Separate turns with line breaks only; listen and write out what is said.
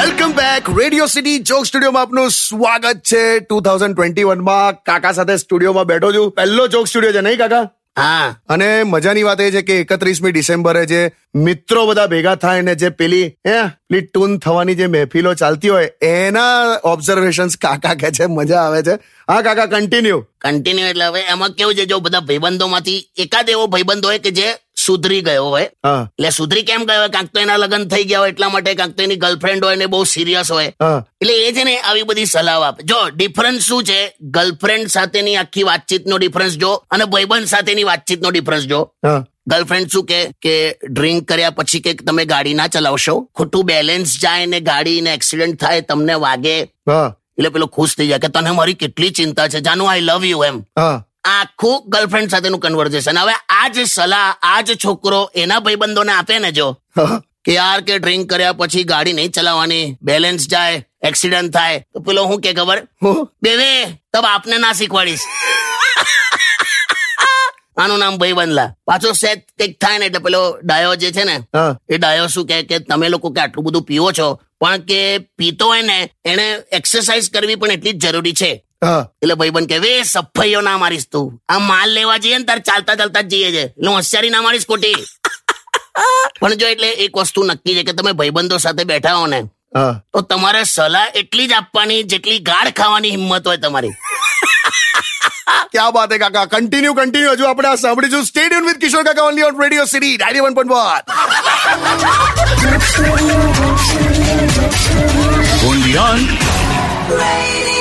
Back Radio City joke સ્ટુડિયોમાં આપનું સ્વાગત છે 2021 માં કાકા સાથે સ્ટુડિયોમાં બેઠો છું પહેલો જોક સ્ટુડિયો છે નહીં કાકા
હા
અને મજાની વાત એ છે કે એકત્રીસમી ડિસેમ્બરે જે મિત્રો બધા ભેગા થાય ને જે પેલી હે પેલી ટૂન થવાની જે મહેફિલો ચાલતી હોય એના ઓબ્ઝર્વેશન્સ કાકા કે છે મજા આવે છે હા કાકા કન્ટિન્યુ
કન્ટિન્યુ એટલે હવે એમાં કેવું છે જો બધા ભાઈબંધોમાંથી એકાદ એવો ભાઈબંધ હોય કે જે સુધરી ગયો હોય
હા
એટલે સુધરી કેમ ગયો હોય કાંક તો એના લગ્ન થઈ ગયા હોય એટલા માટે કાંક તો એની ગર્લફ્રેન્ડ હોય ને બહુ સિરિયસ હોય
હા
એટલે એ છે ને આવી બધી સલાહ આપે જો ડિફરન્સ શું છે ગર્લફ્રેન્ડ સાથેની આખી વાતચીતનો ડિફરન્સ જો અને ભાઈબંધ સાથેની વાતચીતનો ડિફરન્સ જો
હા
ગર્લફ્રેન્ડ શું કે કે ડ્રિંક કર્યા પછી કે તમે ગાડી ના ચલાવશો ખોટું બેલેન્સ જાય ને ગાડીને એક્સિડન્ટ થાય તમને વાગે એટલે
હા
પેલો ખુશ થઈ જાય કે તને મારી કેટલી ચિંતા છે જાનું આઈ લવ યુ એમ
હા
આ આખું ગર્લફ્રેન્ડ સાથેનું કન્વર્ઝેશન હવે આ જે સલાહ આ જે છોકરો એના ભાઈબંધોને આપે ને જો
હા
કે યાર કે ડ્રિંક કર્યા પછી ગાડી નહીં ચલાવવાની બેલેન્સ જાય એક્સિડન્ટ થાય તો પેલો હું કે ખબર
હું?
બેવે તબ આપને ના શીખવાડીશ આનું નામ ભાઈબંધલા પાછો સેટ કંઈક થાય ને એટલે પેલો ડાયો જે છે ને
હા
એ ડાયો શું કહે કે તમે લોકો કે આટલું બધું પીવો છો પણ કે પીતો હોય ને એને એક્સરસાઇઝ કરવી પણ એટલી જ જરૂરી છે
હા
એટલે ભાઈબંધ કે વે સફાઈઓ ના મારીશ તું આ માલ લેવા જઈએ ને તાર ચાલતા ચાલતા જ જઈએ છે એટલે હું હોશિયારી ના મારીશ ખોટી પણ જો એટલે એક વસ્તુ નક્કી છે કે તમે ભાઈબંધો સાથે બેઠા હો ને
હા
તો તમારે સલાહ એટલી જ આપવાની જેટલી ગાળ ખાવાની હિંમત હોય તમારી
ક્યાં બાત હે કાકા કન્ટિન્યુ કન્ટિન્યુ હજુ આપણે આ સાંભળીશું સ્ટેડિયમ વિથ કિશોર કાકા only on radio city ninety one
only on
Radio